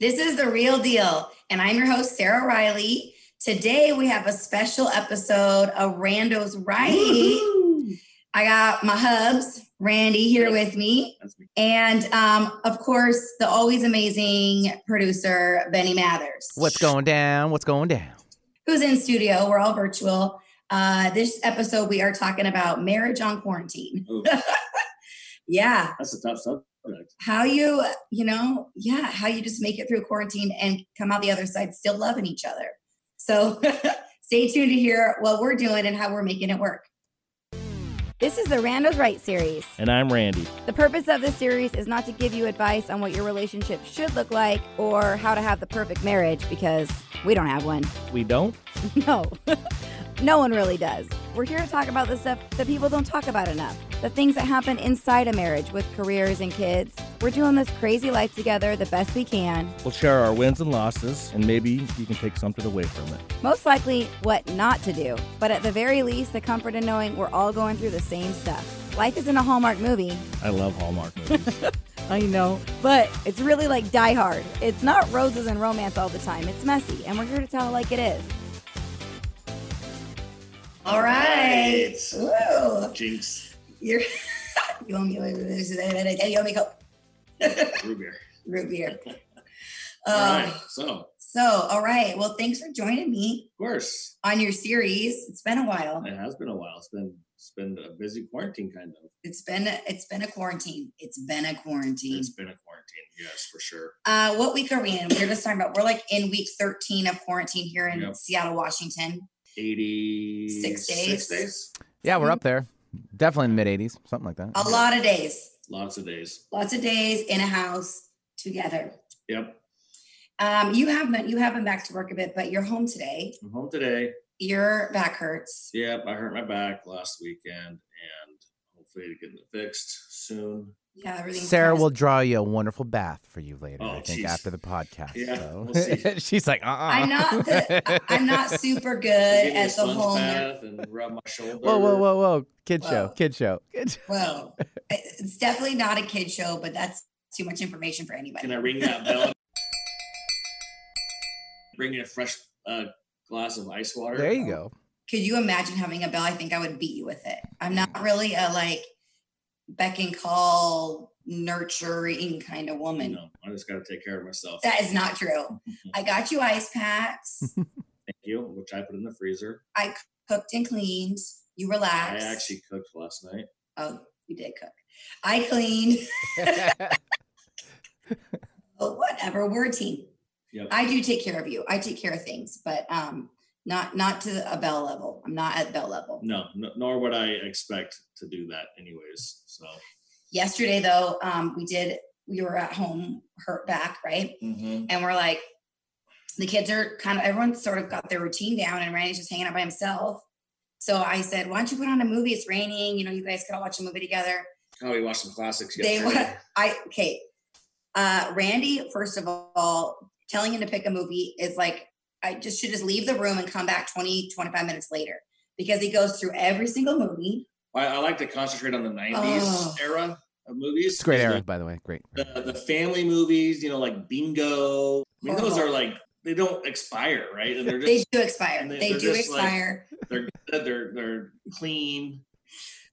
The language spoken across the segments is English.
This is the real deal. And I'm your host, Sarah Riley. Today we have a special episode of Rando's Right. Woohoo! I got my hubs, Randy, here with me. That's me. And um, of course, the always amazing producer, Benny Mathers. What's going down? What's going down? Who's in studio? We're all virtual. Uh, this episode, we are talking about marriage on quarantine. Ooh, Yeah. That's a tough subject. how you you know yeah how you just make it through quarantine and come out the other side still loving each other so stay tuned to hear what we're doing and how we're making it work this is the randos right series And I'm Randy. the purpose of this series is not to give you advice on what your relationship should look like or how to have the perfect marriage because we don't have one We don't? no no one really does we're here to talk about the stuff that people don't talk about enough the things that happen inside a marriage with careers and kids we're doing this crazy life together the best we can We'll share our wins and losses, and maybe you can take something away from it. Most likely what not to do, but at the very least, the comfort in knowing we're all going through the same stuff. Life isn't a Hallmark movie, I love Hallmark movies. I know, but it's really like Die Hard. It's not roses and romance all the time, it's messy, and we're here to tell it like it is. All right. Woo. Jinx. You're, you owe me, you owe me Coke, Root beer. root beer. All Um, right. So, of So, all right. Well, thanks for joining me course, on your series. It's been a while. it has been a while. It's been it's been a busy quarantine, kind of. It's been a, it's been a quarantine. It's been a quarantine. It's been a quarantine, yes, for sure. Uh, what week are we in? We We're just talking about we're like in week thirteen of quarantine here in Yep. Seattle, Washington. Eighty days. days. Yeah, we're up there. Definitely in the mid 80s, something like that. A lot of days, Lots of days. lots of days in a house together. Yep. Um, you have been you have been back to work a bit, but you're home today. I'm home today. Your back hurts. Yep. I hurt my back last weekend, and hopefully getting it fixed soon. Yeah, everything. Sarah will draw you a wonderful bath for you later, Oh, I think, jeez. after the podcast. Yeah, so. we'll see. She's like, uh uh I'm not. The, I- I'm not super good Give me a at the sponge whole. bath and rub my shoulder. Whoa, whoa, whoa, whoa. Kid show, Whoa. kid show. Kid show. Well, it's definitely not a kid show, but that's too much information for anybody. Can I ring that bell? Bring in a fresh uh, glass of ice water. There you go. could you imagine having a bell? I think I would beat you with it. I'm not really a like beck and call nurturing kind of woman. No, Mm-hmm. I just got to take care of myself. That is not true. I got you ice packs, Thank you, which I put in the freezer. cooked and cleaned. You I relax. actually cooked last night. oh, you did cook. I cleaned. But whatever, we're a team. Yep. I do take care of you. I take care of things, but um, not not to a bell level. I'm not at bell level. No, n- nor would I expect to do that, anyways. So Yesterday though, um, we did. We were at home, hurt back, right? and we're like the kids are kind of everyone's sort of got their routine down and randy's just hanging out by himself so i said why don't you put on a movie it's raining you know you guys could all watch a movie together how we Oh, watched some classics They yesterday. i okay uh randy first of all telling him to pick a movie is like i just should just leave the room and come back 20 25 minutes later because he goes through every single movie I, I like to concentrate on the '90s Oh. era of movies. it's a great because era, by the way. Great. The, the the family movies, you know, like Bingo. I mean, those Horrible. are like they don't expire, right? And they're just Oh. they do expire and they- they they're do just like- expire they're good. They're they're clean.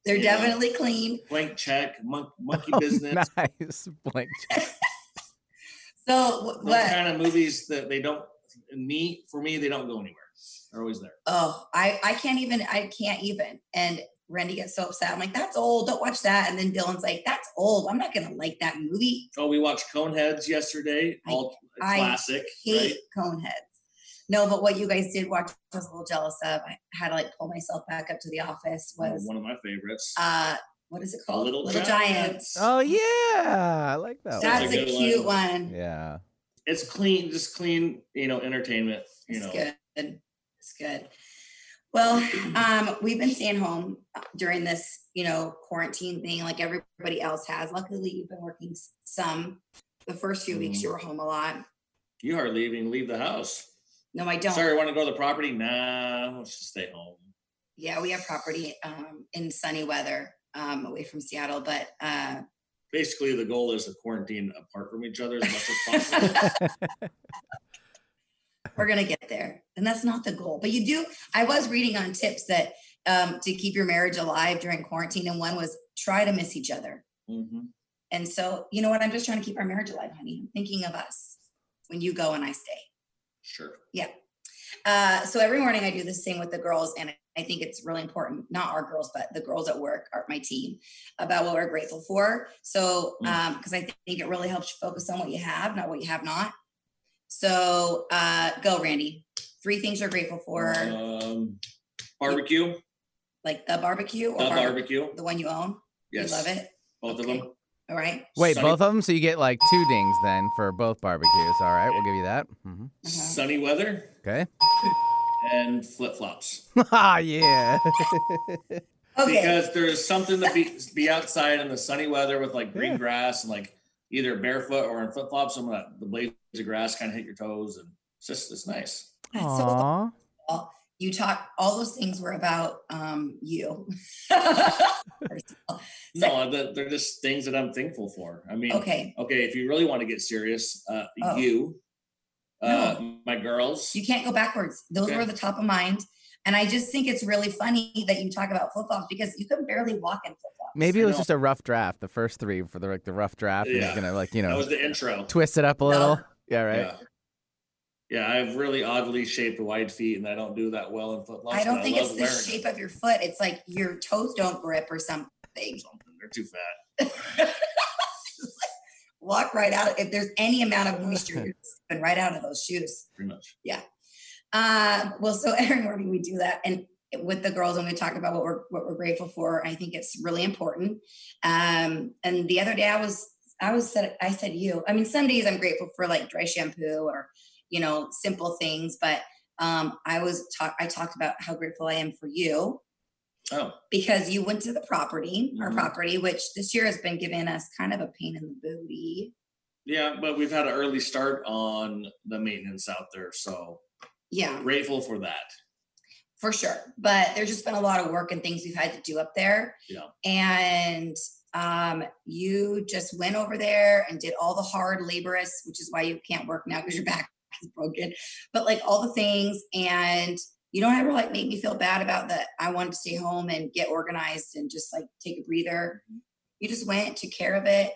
they're yeah. definitely clean Blank check. Monk, monkey Oh, business. Nice. Blank. so wh- Those what kind of movies that they don't me for me they don't go anywhere. They're always there. oh i i can't even i can't even and randy gets so upset i'm like that's old don't watch that and then dylan's like that's old i'm not gonna like that movie Oh, we watched Coneheads yesterday. I- All I classic, hate right? coneheads no but what you guys did watch I was a little jealous of i had to like pull myself back up to the office was One of my favorites. uh what is it The called Little, giants, Giants. Oh, yeah. I like that That's that's a a good one. cute one, one. Yeah. It's clean, just clean, you know, entertainment. You it's know, good it's good well um we've been staying home uh, during this you know quarantine thing like everybody else has luckily you've been working s- some the first few weeks Mhm. you were home a lot you are leaving. Leave the house. no i don't Sorry, want to go to the property? Nah, let's just stay home. yeah we have property um in sunny weather um away from seattle but uh basically the goal is to quarantine apart from each other as much as possible. We're gonna get there, and that's not the goal. But you do. I was reading on tips that um, to keep your marriage alive during quarantine, and one was try to miss each other. Mhm. And so, you know what? I'm just trying to keep our marriage alive, honey. I'm thinking of us when you go and I stay. Sure. Uh, so every morning I do this thing with the girls, and I think it's really important, not our girls, but the girls at work are my team about what we're grateful for. So, um, because I think it really helps you focus on what you have, not what you have not. So, uh, go, Randy. Three things you're grateful for, um, barbecue, like the barbecue or the barbe- barbecue. the one you own. Yes, You love it. both of Okay. them. All right. Wait, Sunny- both of them? So you get like two dings then for both barbecues. All right, we'll give you that. hmm Uh-huh. Sunny weather Okay. and flip flops. ah, yeah. Okay. Because there is something to be, be outside in the sunny weather with like green Yeah. grass and like either barefoot or in flip flops, some of that, the blades of grass kind of hit your toes, and it's just it's nice. That's so Aw. you talk all those things were about um you First of all. No, the, they're just things that I'm thankful for. I mean, okay okay, if you really want to get serious, uh, Oh. you, uh, my girls, you can't go backwards those Okay. were the top of mind and i just think it's really funny that you talk about flip-flops because you can barely walk in flip-flops Maybe it I was know. just a rough draft. The first three for the like the rough draft. and Yeah. He's gonna like you that know was the intro. twist it up a little. Yeah, right. Yeah. Yeah, I have really oddly shaped wide feet, and I don't do that well in foot. i don't think it's love the wearing them. shape of your foot it's like your toes don't grip or something Something. They're too fat. walk right out if there's any amount of moisture you're stepping right out of those shoes Pretty much. Uh, well, so every morning we do that, and with the girls, when we talk about what we're what we're grateful for, I think it's really important. Um, and the other day, I was I was said I said you. I mean, some days I'm grateful for like dry shampoo or you know simple things, but um, I was talk I talked about how grateful I am for you Oh, because you went to the property, our Mhm. property, which this year has been giving us kind of a pain in the booty. yeah, but we've had an early start on the maintenance out there, so Yeah, grateful for that. for sure. But there's just been a lot of work and things we've had to do up there. Yeah. And um, you just went over there and did all the hard laborious, which is why you can't work now because your back is broken. But like all the things, and you don't ever like make me feel bad about that. I wanted to stay home and get organized and just like take a breather. You just went, took care of it.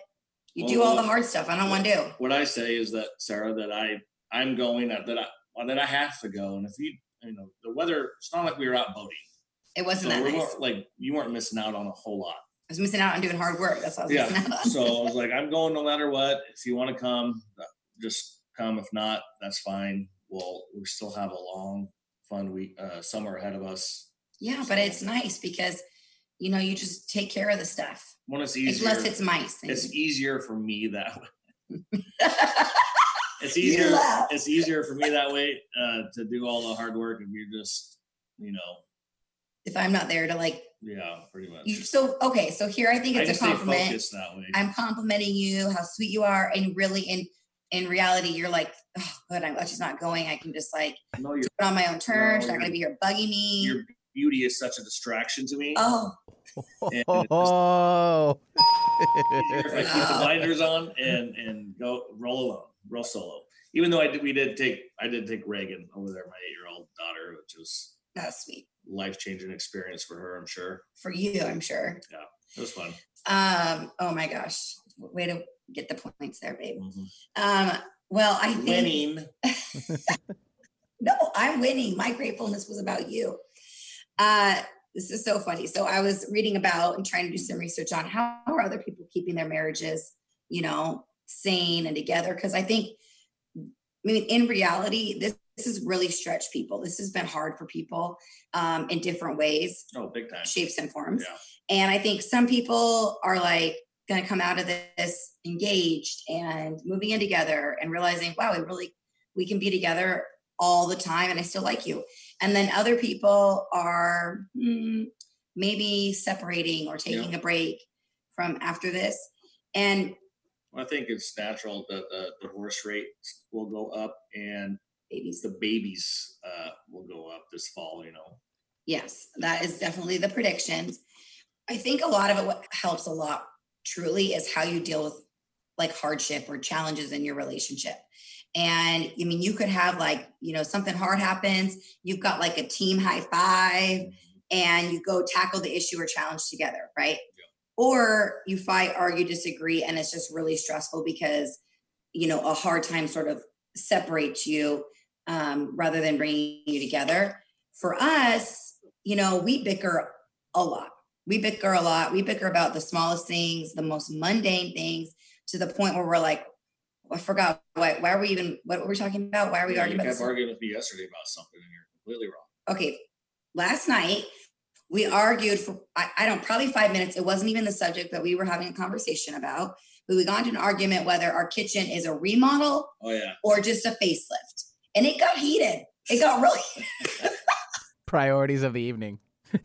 You do all Oh. the hard stuff. I don't want to do. What I say is that Sarah, that I I'm going uh, that that I well, that I have to go, and if you you know the weather, it's not like we were out boating, It wasn't so that we nice. weren't like you weren't missing out on a whole lot. I was missing out on doing hard work. That's what I was Yeah. missing out on. so I was like, I'm going no matter what. If you want to come, uh, just come. If not, that's fine. We'll we still have a long, fun week uh, summer ahead of us. Yeah, but it's nice because you know you just take care of the stuff. When it's easier, Unless it's mice. and- it's easier for me that way. It's easier. you laugh. It's easier for me that way uh, to do all the hard work if you're just, you know, If I'm not there to like yeah, pretty much. you so okay, so here I think I it's just a stay compliment. focused that way. I'm complimenting you, how sweet you are, and really in in reality, you're like, oh good, I'm glad she's not going. I can just like no, your, put on my own terms, she's No, not gonna be here bugging me. your beauty is such a distraction to me. Oh, And it's just- Oh. If I keep the Wow. blinders on and and go roll alone, roll solo. Even though I did, we did take I did take Reagan over there, my eight year old daughter, which was that's sweet. life changing experience for her. I'm sure For you, I'm sure. it was fun. Um, oh my gosh. Way to get the points there, babe. Um, well, I think Winning. No, I'm winning. My gratefulness was about you. Uh, this is so funny. So I was reading about and trying to do some research on how are other people keeping their marriages, you know, sane and together. Because I think, I mean, in reality, this this has really stretched people. This has been hard for people um, in different ways Oh, big time. shapes and forms. Yeah. And I think some people are like going to come out of this engaged and moving in together and realizing, wow, we really we can be together all the time, and I still like you. And then other people are hmm, maybe separating or taking a break from after this. And I think it's natural that the divorce rate will go up and babies, the babies uh, will go up this fall. You know, yes, that is definitely the predictions. I think a lot of it what helps a lot truly is how you deal with like hardship or challenges in your relationship. And I mean, you could have like, you know, something hard happens, you've got like a team high five, and you go tackle the issue or challenge together, right? Or you fight, argue, disagree, and it's just really stressful because, you know, a hard time sort of separates you um, rather than bringing you together. For us, you know, we bicker a lot. We bicker a lot. We bicker about the smallest things, the most mundane things, to the point where we're like, "Oh, I forgot why. Why are we even? What were we talking about? Why are we Yeah, arguing you about kept this? arguing with me yesterday about something, and you're completely wrong. okay, last night we argued for I, I don't probably five minutes. It wasn't even the subject that we were having a conversation about, but we got into an argument whether our kitchen is a remodel Oh yeah, or just a facelift. And it got heated. It got really Priorities of the evening.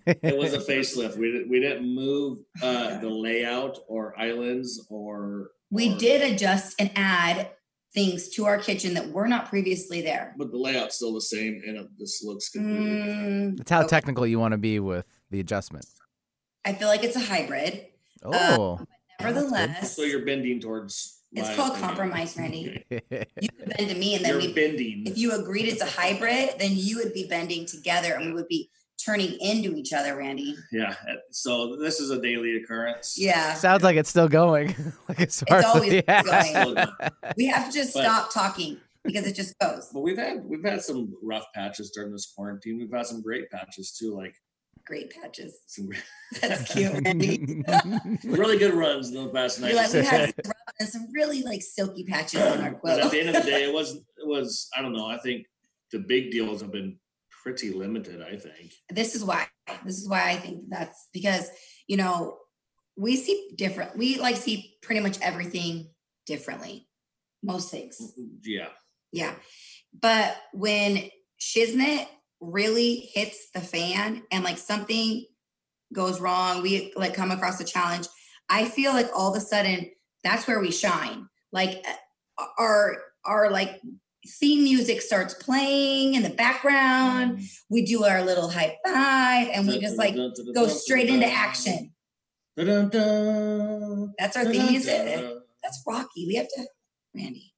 it was a facelift. We didn't we didn't move uh, God. the layout or islands or. we or- did adjust and add things to our kitchen that were not previously there. but the layout's still the same, and it just looks completely different. Mm, That's how Okay. technical you want to be with the adjustment. I feel like it's a hybrid. Uh, Oh, Nevertheless, So you're bending towards. It's my called opinion. compromise, Randy. Okay. you could bend to me and then You're we bending. if you agreed it's a hybrid, then you would be bending together and we would be turning into each other, Randy. yeah. So this is a daily occurrence. Yeah. sounds like it's still going. like it's, always going. Still done. We have to just But- stop talking because it just goes. But we've had we've had some rough patches during this quarantine. We've had some great patches too, like Great patches. some That's cute, Randy. really good runs in the past night. You're like, we had some rough and some really like silky patches on our but at quilt. the end of the day, it was it was I don't know. I think the big deals have been pretty limited. I think. This is why. This is why I think that's because, you know, we see different. We like see pretty much everything differently. Most things. Yeah. Yeah. But when shiznit really hits the fan and like something goes wrong, we like come across a challenge. I feel like all of a sudden that's where we shine. Like uh, our our like theme music starts playing in the background. We do our little high five and we just like go straight into action. Dun-dun-dun. That's our theme music. Dun-dun-dun. That's Rocky. We have to Randy.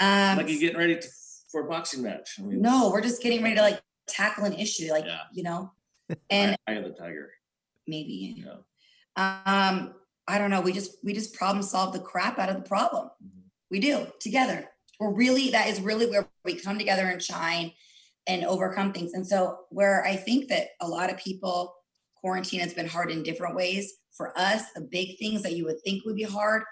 Um Like you're getting ready to, for a boxing match. I mean, No, we're just getting ready to like tackle an issue, like Yeah. you know, I- and I have a tiger. maybe Yeah. um, I don't know. We just we just problem solve the crap out of the problem. Mhm. We do together. We're really that is really where we come together and shine and overcome things. And so where I think that a lot of people quarantine has been hard in different ways. For us, the big things that you would think would be hard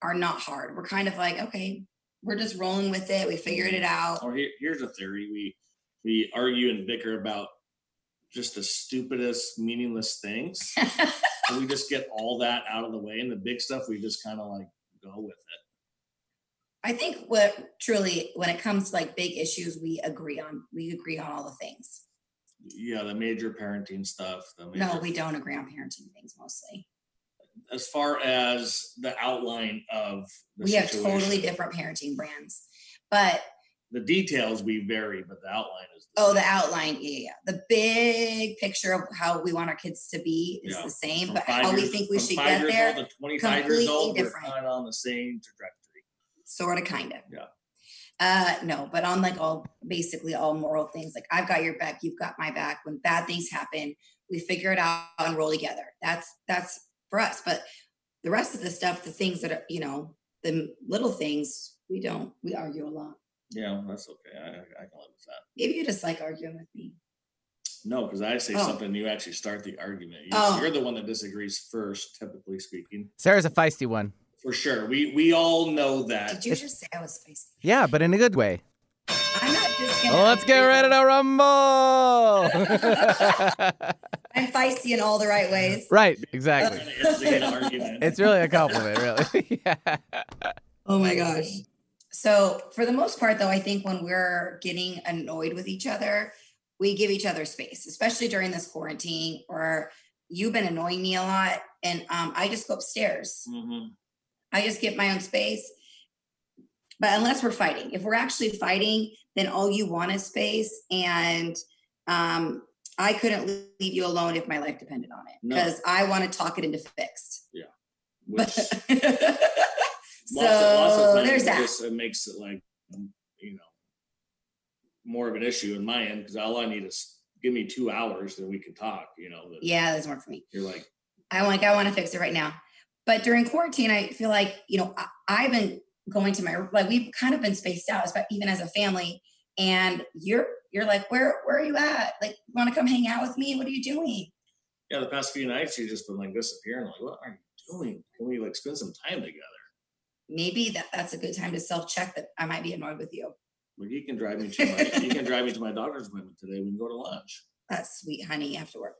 are not hard. We're kind of like okay. We're just rolling with it. We figured it out. Or here, here's a theory: we we argue and bicker about just the stupidest, meaningless things, and we just get all that out of the way, and the big stuff we just kind of like go with it. I think what truly, when it comes to like big issues, we agree on. We agree on all the things. Yeah, the major parenting stuff. The major, No, we don't agree on parenting things mostly. as far as the outline of the we have situation, totally different parenting brands, but the details we vary, but the outline is the oh, the same. outline, yeah, yeah, yeah. the big picture of how we want our kids to be is Yeah, the same, From but five how we years- think we from should five get years there, old to 25 years completely old, we're different. kind of on the same trajectory. sort of, kind of. Yeah. Uh, no, but on like all basically all moral things, like I've got your back, you've got my back. When bad things happen, we figure it out and roll together. That's that's for us. But the rest of the stuff, the things that are you know, the little things, we don't we argue a lot. Yeah, that's okay. I, I I can live with that. Maybe you just like arguing with me. No, because I say Oh. something, you actually start the argument. You, Oh. You're the one that disagrees first, typically speaking. Sarah's a feisty one. For sure, we we all know Did that. you just say I was feisty? Yeah, but in a good way. I'm not just gonna. Let's get ready to rumble. I'm feisty in all the right ways. right, exactly. Kinda instigate an argument. It's really a compliment, really. yeah. Oh my gosh. So for the most part, though, I think when we're getting annoyed with each other, we give each other space, especially during this quarantine. Or you've been annoying me a lot, and um, I just go upstairs. Mhm. I just get my own space. But unless we're fighting, if we're actually fighting, then all you want is space. And um, I couldn't leave you alone if my life depended on it No. because I want to talk it into fixed. Yeah. which But lots, of, so lots of there's things that. just, it makes it like um, you know more of an issue in my end because all I need is give me two hours and we can talk. You know, that yeah, that doesn't work for me. you're like I like I want to fix it right now. But during quarantine, I feel like you know I, I've been going to my like we've kind of been spaced out, but even as a family. And you're you're like where where are you at? Like you want to come hang out with me? What are you doing? yeah, the past few nights you've just been like disappearing. Like, what are you doing? Can we like spend some time together? Maybe that that's a good time to self check that I might be annoyed with you. Like, you can drive me to my you can drive me to my doctor's appointment today. We can go to lunch. That's sweet, honey. After work.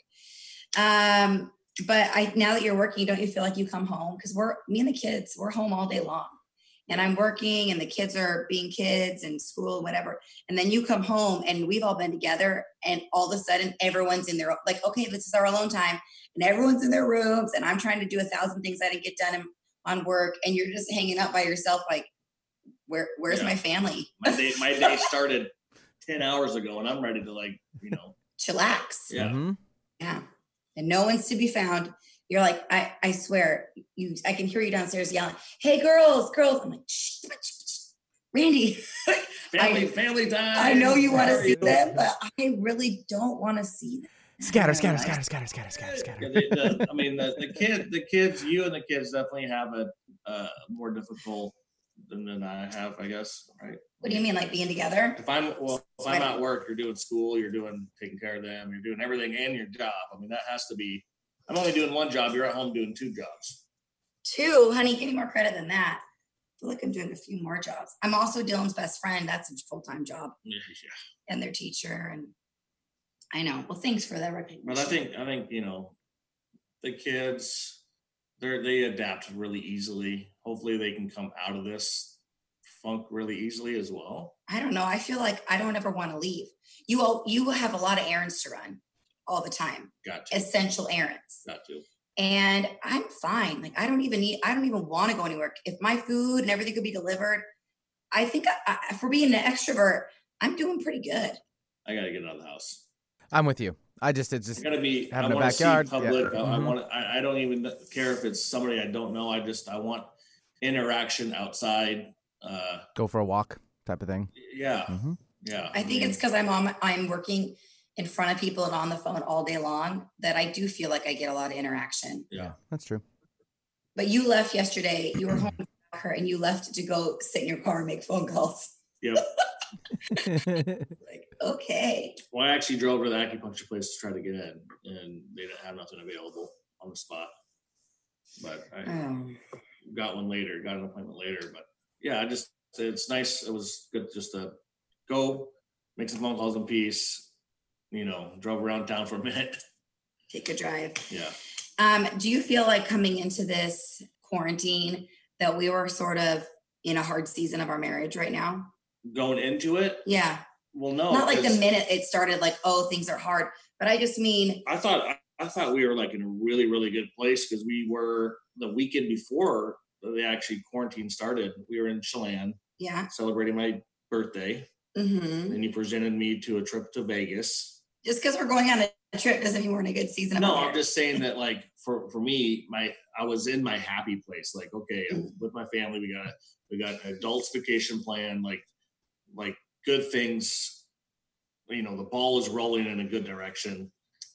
Um, but I now that you're working, don't you feel like you come home? Because we're me and the kids, we're home all day long, and I'm working, and the kids are being kids and school, whatever. And then you come home, and we've all been together, and all of a sudden, everyone's in their like, okay, this is our alone time, and everyone's in their rooms, and I'm trying to do a thousand things I didn't get done in- on work, and you're just hanging out by yourself, like, where where's Yeah. my family? My day my day started ten hours ago and I'm ready to like you know Chillax. yeah. hmm Yeah. And no one's to be found. You're like, I, I swear, you I can hear you downstairs yelling, hey girls, girls. I'm like, shh, shh, shh, shh. Randy, Family I- family time. I know you want How to are see you? them, but I really don't want to see them. Yeah, Scatter, scatter, right. scatter, scatter, scatter, scatter, Yeah, scatter. they- the- I mean, the, the kid, the kids, you and the kids definitely have a uh, more difficult than, than I have, I guess. Right? What do you mean, like being together? If I'm well, if I'm at work, you're doing school, you're doing taking care of them, you're doing everything and your job. I mean, that has to be. I'm only doing one job. You're at home doing two jobs. Two, honey, give me more credit than that. I feel like I'm doing a few more jobs. I'm also Dylan's best friend. That's a full time job Yeah, yeah. and their teacher. And I know. Well, thanks for that recognition. But I think I think you know, the kids, they are they adapt really easily. Hopefully, they can come out of this funk really easily as well. I don't know. I feel like I don't ever want to leave. You all, you have a lot of errands to run all the time, Got to, essential errands. got to. And I'm fine. Like I don't even need. I don't even want to go anywhere. If my food and everything could be delivered, I think I, I, for being an extrovert, I'm doing pretty good. I gotta get out of the house. I'm with you. I just it just It's gotta be. Having I a want to backyard, see yeah. public. I, I Mhm. want. I, I don't even care if it's somebody I don't know. I just I want interaction outside. Uh, go for a walk type of thing. yeah, hmm yeah. I think it's mean, because I'm on. I'm working in front of people and on the phone all day long that I do feel like I get a lot of interaction. Yeah. that's true. But you left yesterday. You were home with her, and you left to go sit in your car and make phone calls. Like okay. Well, I actually drove to the acupuncture place to try to get in, and they didn't have nothing available on the spot. But I Oh. got one later. Got an appointment later. But yeah, I just it's nice. It was good just to go make some phone calls in peace. You know, drove around town for a minute. take a drive. Yeah. Um, do you feel like coming into this quarantine that we were sort of in a hard season of our marriage right now? Going into it, Yeah. well, no, Not like the 'cause- minute it started, like, oh, things are hard. But I just mean, I thought I, I thought we were like in a really really good place because we were the weekend before the actually quarantine started. We were in Chelan yeah. celebrating my birthday, hmm and you presented me to a trip to Vegas. Just because we're going on a trip doesn't mean we're in a good season. of No, our I'm marriage. just saying that like for for me, my I was in my happy place. Like okay, I'm with my family, we got we got an adults vacation plan. Like like good things. You know, the ball is rolling in a good direction.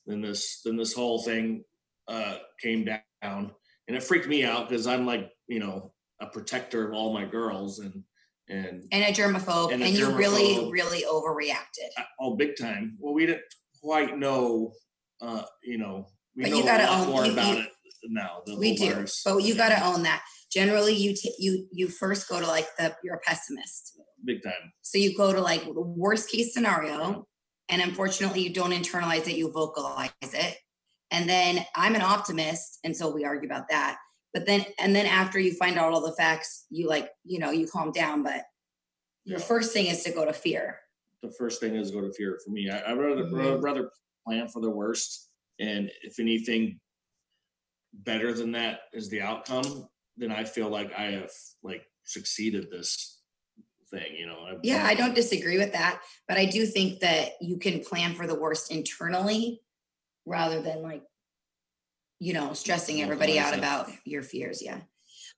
Then this then this whole thing uh, came down, and it freaked me out because I'm like you know a protector of all my girls and and And a germaphobe. And And, a you really, germaphobe. really overreacted. uh, oh, big time. Well, we didn't quite know, uh, you know, we But know you gotta a lot own- more you- about you- it now. The We whole do. virus. But you got to own that. Generally, you, t- you, you first go to like the, you're a pessimist. big time. So you go to like the worst case scenario, and unfortunately, you don't internalize it, you vocalize it. And then I'm an optimist, and so we argue about that. But then, and then after you find out all the facts, you like, you know, you calm down. But your Yeah. first thing is to go to fear. The first thing is go to fear for me. I, I rather Mhm. rather plan for the worst, and if anything better than that is the outcome, then I feel like I have like succeeded this thing. You know. I've- Yeah, I don't disagree with that. But I do think that you can plan for the worst internally rather than like you know, stressing More everybody out mindset. about your fears. Yeah.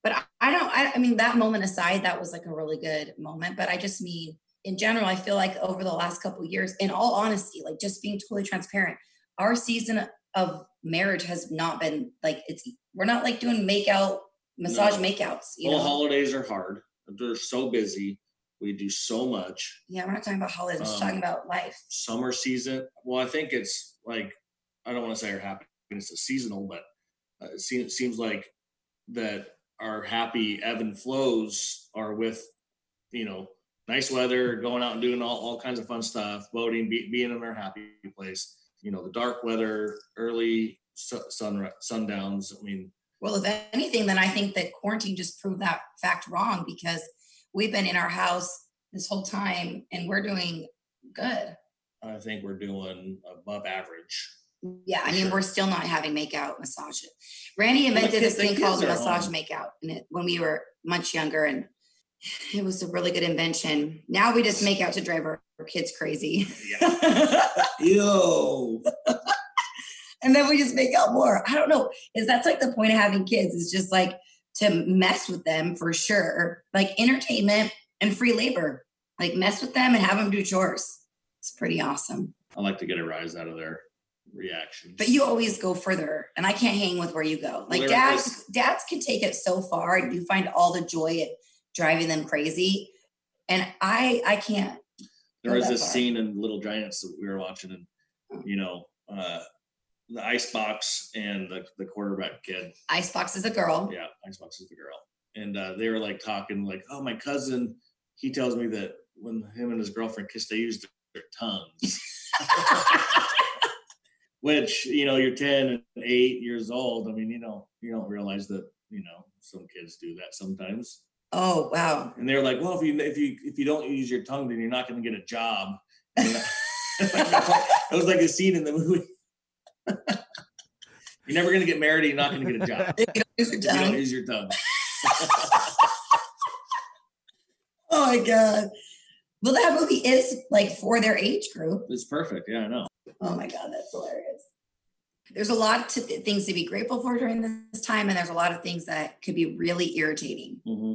But I- I don't, I, I mean, that moment aside, that was like a really good moment. But I just mean, in general, I feel like over the last couple of years, in all honesty, like just being totally transparent, our season of marriage has not been like, it's, we're not like doing makeout, massage No. makeouts, you Well, know? holidays are hard. They're so busy. We do so much. yeah, we're not talking about holidays, we're just Um, talking about life. Summer season. Well, I think it's like I don't want to say our happiness is seasonal, but uh, it seems, seems like that our happy ebb and flows are with you know nice weather, going out and doing all, all kinds of fun stuff, boating, be, being in our happy place. You know, the dark weather, early su- sun sundowns. I mean, Well, if anything, then I think that quarantine just proved that fact wrong because we've been in our house this whole time and we're doing good. I think we're doing above average. Yeah, I mean, Sure. we're still not having makeout massage. Randy Well, the invented this kids- the thing kids called are massage home. makeout and it, when we were much younger, and it was a really good invention. Now we just make out to drive our our kids crazy, Yeah. Yo. and then we just make out more. I don't know. Is that's like the point of having kids? Is just like to mess with them for sure, like entertainment and free labor. Like mess with them and have them do chores. It's pretty awesome. I like to get a rise out of their reaction. But you always go further, and I can't hang with where you go. Like Well, there dads, dads can take it so far, and you find all the joy in driving them crazy. And I, I can't. there was that this far. scene in Little Giants that we were watching, and you know, uh, the icebox and the, the quarterback kid. Icebox is a girl. Yeah, icebox is the girl, and uh, they were like talking, like, "Oh, my cousin. He tells me that when him and his girlfriend kissed, they used their tongues." Which you know, you're ten and eight years old. I mean, you know, you don't realize that you know some kids do that sometimes. Oh wow. And they were like, "Well, if you if you if you don't use your tongue, then you're not going to get a job." And I- it was like a scene in the movie. you're never going to get married. You're not going to get a job These are if you don't done. use your tongue. Oh my god. Well, that movie is like for their age group. It's perfect. Yeah, I know. Oh my god, that's hilarious. There's a lot to things to be grateful for during this time, and there's a lot of things that could be really irritating. hmm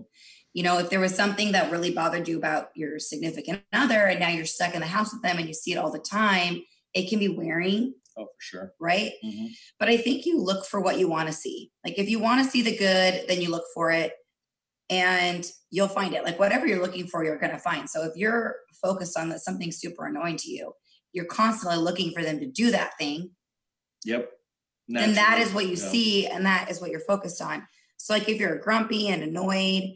You know, if there was something that really bothered you about your significant other and now you're stuck in the house with them and you see it all the time, it can be wearing, Oh, for sure. right? Mhm. But I think you look for what you want to see. Like if you want to see the good, then you look for it and you'll find it. Like whatever you're looking for, you're going to find. So if you're focused on that something super annoying to you, you're constantly looking for them to do that thing, Yep. then that is Naturally. what you Yeah. see and that is what you're focused on. So like if you're grumpy and annoyed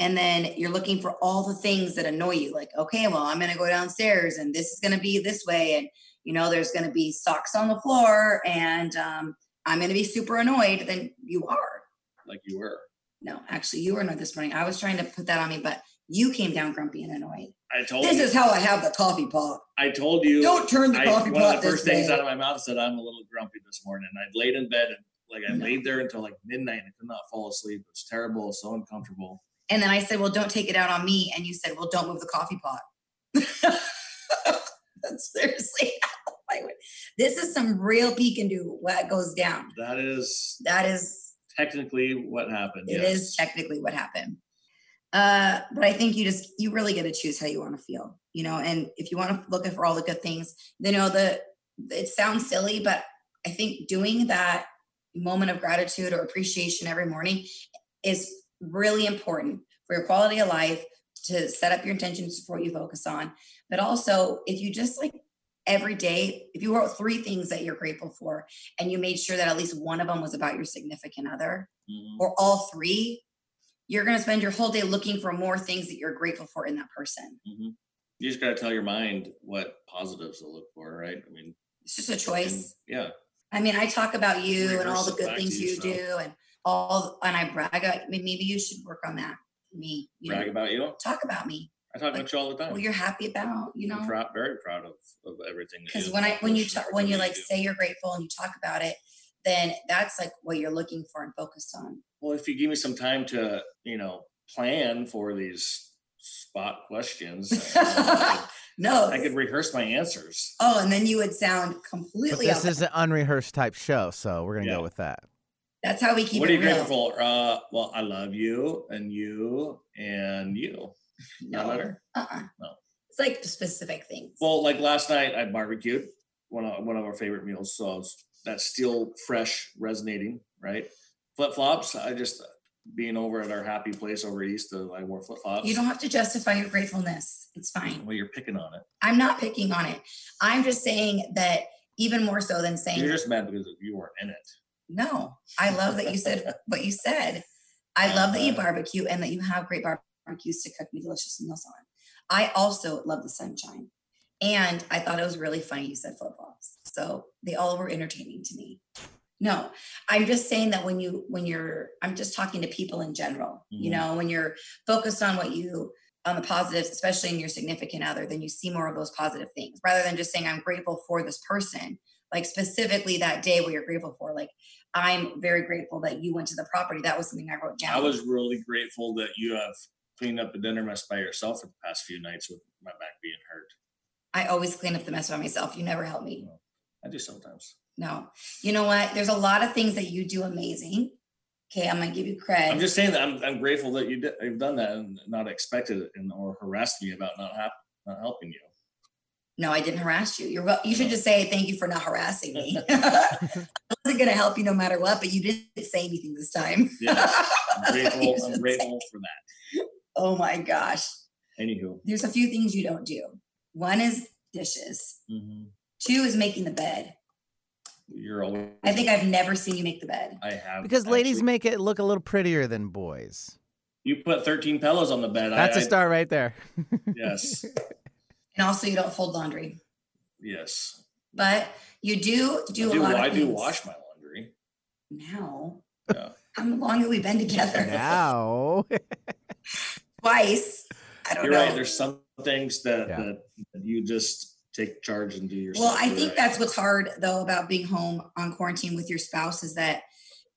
and then you're looking for all the things that annoy you like okay, well, I'm going to go downstairs and this is going to be this way and you know there's going to be socks on the floor and um I'm going to be super annoyed then you are. Like you were. No, actually you were not this morning. I was trying to put that on me but you came down grumpy and annoyed. I told This you. is how I have the coffee pot. I told you. Don't turn the I, coffee one of pot the this first things way. out of my mouth said, "I'm a little grumpy this morning." I laid in bed and like I No. laid there until like midnight. I could not fall asleep. It was terrible. So uncomfortable. And then I said, "Well, don't take it out on me." And you said, "Well, don't move the coffee pot." That's seriously, my way. this is some real peek and do what goes down. That is That is, technically what happened. it is technically what happened. Uh, but I think you just you really get to choose how you want to feel, you know. And if you want to look for all the good things, you know the it sounds silly, but I think doing that moment of gratitude or appreciation every morning is really important for your quality of life to set up your intentions for what you focus on. But also, if you just like every day, if you wrote three things that you're grateful for and you made sure that at least one of them was about your significant other Mhm. or all three, you're going to spend your whole day looking for more things that you're grateful for in that person. Mhm. You just gotta tell your mind what positives to look for, right? I mean, It's just a and- choice. yeah, I mean, I talk about you and all the Reverse it good back things to you yourself. do and all, and I brag. I mean, maybe you should work on that. Me, you brag know, about you. talk about me. I talk Like, about you all the time. What you're happy about, you know. I'm proud, very proud of, of everything. that you because when I when you accomplish talk and when you everything like do. say you're grateful and you talk about it, then that's like what you're looking for and focused on. well, if you give me some time to, you know, plan for these spot questions, I, No, I could rehearse my answers. oh, and then you would sound But completely. this Off. is an unrehearsed type show, so we're gonna Yeah. go with that. That's how we keep what it are you real. grateful for? Uh, well, I love you and you and you. Not No. letter. Uh-uh. No. It's like specific things. Well, like last night, I barbecued one of one of our favorite meals. So it's that still fresh, resonating, right? Flip flops. I just being over at our happy place over east. Uh, I wore flip flops. you don't have to justify your gratefulness. It's fine. Well, you're picking on it. I'm not picking on it. I'm just saying that even more so than saying You're just mad because you weren't in it. no. I love that you said what you said. I love that you barbecue and that you have great barbecues to cook me delicious meals on. I also love the sunshine. And I thought it was really funny you said flip flops. So they all were entertaining to me. No, I'm just saying that when you when you're I'm just talking to people in general, you Mhm. know, when you're focused on what you on the positives, especially in your significant other, then you see more of those positive things rather than just saying I'm grateful for this person. Like specifically that day what you're grateful for. Like I'm very grateful that you went to the property. That was something I wrote down. I was really grateful that you have cleaned up the dinner mess by yourself for the past few nights with my back being hurt. I always clean up the mess by myself. You never help me. I do sometimes. No. You know what? There's a lot of things that you do amazing. Okay, I'm gonna give you credit. I'm just saying that I'm, I'm grateful that you did, you've done that and not expected it and or harassed me about not hap- not helping you. no, I didn't harass you. You're wel- you should just say thank you for not harassing me. I wasn't gonna help you no matter what, but you didn't say anything this time. Yeah, I'm grateful. You I'm should grateful for that. oh my gosh. Anywho, There's a few things you don't do. One is dishes. Two is making the bed. you're always. I think I've never seen you make the bed. I have Because ladies actually- make it look a little prettier than boys. you put 13 pillows on the bed. That's a a star right there. Yes, And also you don't fold laundry. yes. But you do do I a do, lot of I do things. wash my laundry. now. Yeah. How long have we been together? now. Twice. I don't You're know. right. There's some things that, Yeah. that that you just take charge and do yourself. well, I You're think right. that's what's hard though about being home on quarantine with your spouse is that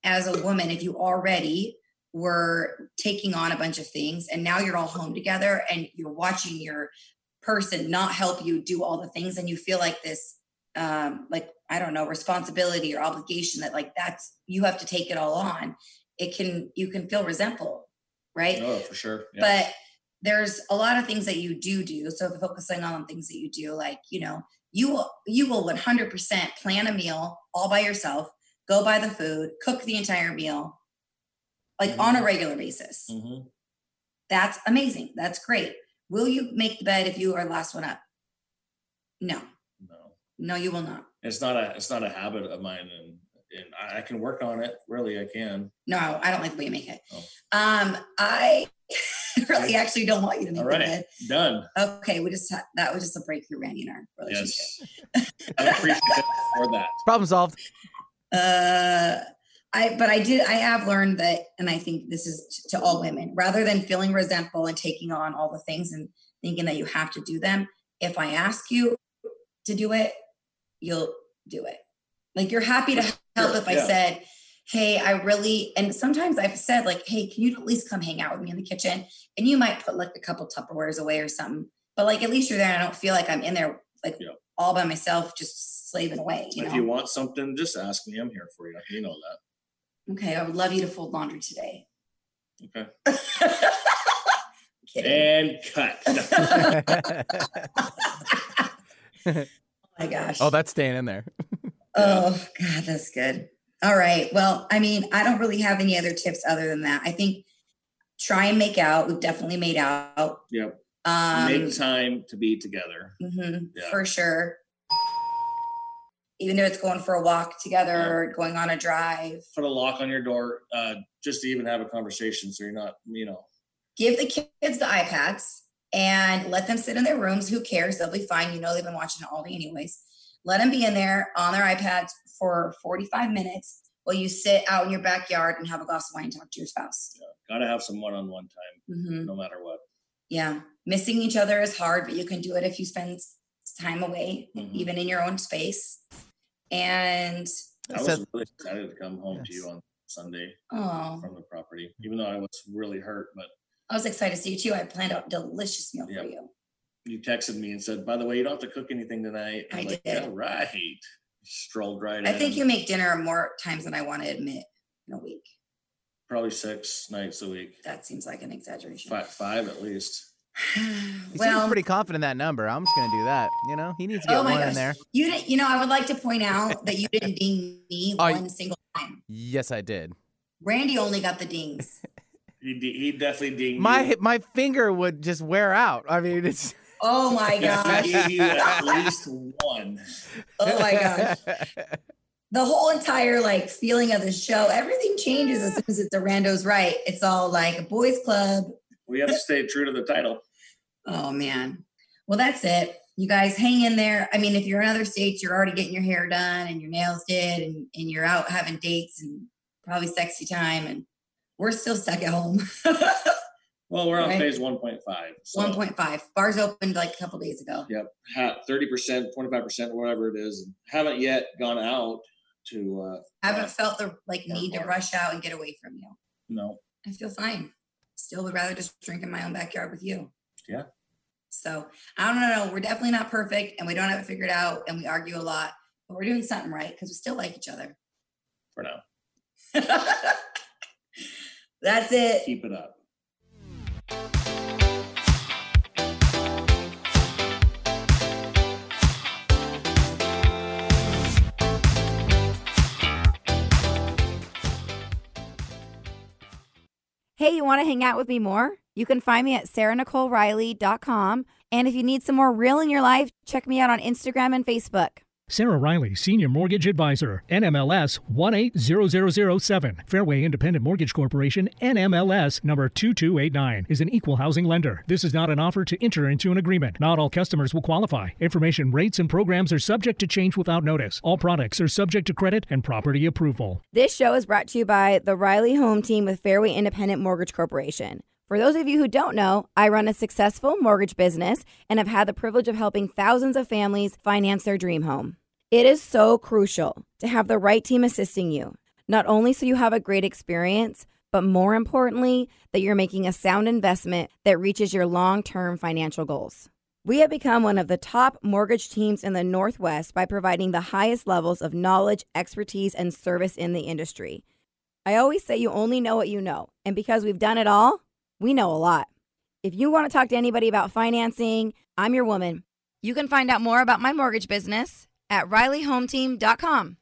as a woman, if you already were taking on a bunch of things and now you're all home together and you're watching your person not help you do all the things and you feel like this um like I don't know responsibility or obligation that like that's you have to take it all on it can you can feel resentful right Oh, for sure. Yeah. but there's a lot of things that you do do so if focusing on things that you do like you know you will you will 100% plan a meal all by yourself go buy the food cook the entire meal like Mm-hmm. on a regular basis Mhm. that's amazing that's great will you make the bed if you are the last one up no no, no you will not it's not a it's not a habit of mine, and and I, I can work on it. Really, I can. no i don't like the way you make it Oh. um i really actually don't want you to make All the right, bed done. okay we just ha- that was just a breakthrough randy in our relationship Yes, I appreciate it for that. Problem solved. uh I, but I did, I have learned that, and I think this is t- to all women, rather than feeling resentful and taking on all the things and thinking that you have to do them, if I ask you to do it, you'll do it. Like you're happy to help if I yeah. said, Hey, I really, and sometimes I've said, like, Hey, can you at least come hang out with me in the kitchen? And you might put like a couple Tupperwares away or something, but like at least you're there. And I don't feel like I'm in there like Yeah. all by myself, just slaving away. You if know? you want something, just ask me. I'm here for you. You know that. Okay, I would love you to fold laundry today. Okay. Eh. Kidding. And cut. oh my gosh. oh, that's staying in there. Oh, God, that's good. All right. Well, I mean, I don't really have any other tips other than that. I think try and make out. We've definitely made out. Yep. Um, Make time to be together. mhm, Yeah. For sure. Even if it's going for a walk together Yeah. or going on a drive, Put a lock on your door, uh, just to even have a conversation, so you're not, you know. give the kids the iPads and let them sit in their rooms. Who cares? They'll be fine. You know, they've been watching it all day, anyways. Let them be in there on their iPads for 45 minutes while you sit out in your backyard and have a glass of wine and talk to your spouse. Gotta have some one-on-one time, Mhm. no matter what. Yeah. Missing each other is hard, but you can do it if you spend time away, Mhm. even in your own space. And, I So- was really excited to come home to Yes. you on Sunday oh, from the property, even though I was really hurt. But I was excited to see you too. I planned out a delicious meal Yeah. for you. you texted me and said, "By the way, you don't have to cook anything tonight." I like, did. Yeah, right. Strolled right. I think in. you make dinner more times than I want to admit. in a week? Probably six nights a week, That seems like an exaggeration. five, five at least. He seems well, pretty confident in that number. I'm just gonna do that. You know, he needs to get Oh one my in gosh. there. you didn't. You know, I would like to point out that you didn't ding me I- one single time. Yes, I did. Randy only got the dings. He, de- he definitely dinged My you. my finger would just wear out. I mean, it's Oh my He gosh! gave you at least one. Oh my gosh! The whole entire like feeling of the show, everything changes as soon as it's a rando's right. It's all like a boys' club, We have to stay true to the title. Oh man. Well, that's it. You guys hang in there. I mean, if you're in other states, you're already getting your hair done and your nails did, and, and you're out having dates and probably sexy time. And we're still stuck at home. Well, we're on Right. phase 1.5. So 1.5. Bars opened like a couple days ago. ha- 30%, 25%, whatever it is. Haven't yet gone out to, uh, haven't felt the like Yeah, need to bar. rush out and get away from you. no. I feel fine. Still would rather just drink in my own backyard with you. Yeah. So I don't know. We're definitely not perfect and we don't have it figured out and we argue a lot, but we're doing something right because we still like each other. for now. That's it. Keep it up. Hey, you want to hang out with me more? You can find me at sarahnicoleriley.com. And if you need some more real in your life, check me out on Instagram and Facebook. Sarah Riley, Senior Mortgage Advisor, NMLS 180007. Fairway Independent Mortgage Corporation, NMLS number 2289, is an equal housing lender. This is not an offer to enter into an agreement. Not all customers will qualify. Information, rates, and programs are subject to change without notice. All products are subject to credit and property approval. This show is brought to you by the Riley Home Team with Fairway Independent Mortgage Corporation. For those of you who don't know, I run a successful mortgage business and have had the privilege of helping thousands of families finance their dream home. It is so crucial to have the right team assisting you, not only so you have a great experience, but more importantly, that you're making a sound investment that reaches your long term financial goals. We have become one of the top mortgage teams in the Northwest by providing the highest levels of knowledge, expertise, and service in the industry. I always say you only know what you know, and because we've done it all, we know a lot. If you want to talk to anybody about financing, I'm your woman. You can find out more about my mortgage business at rileyhometeam.com.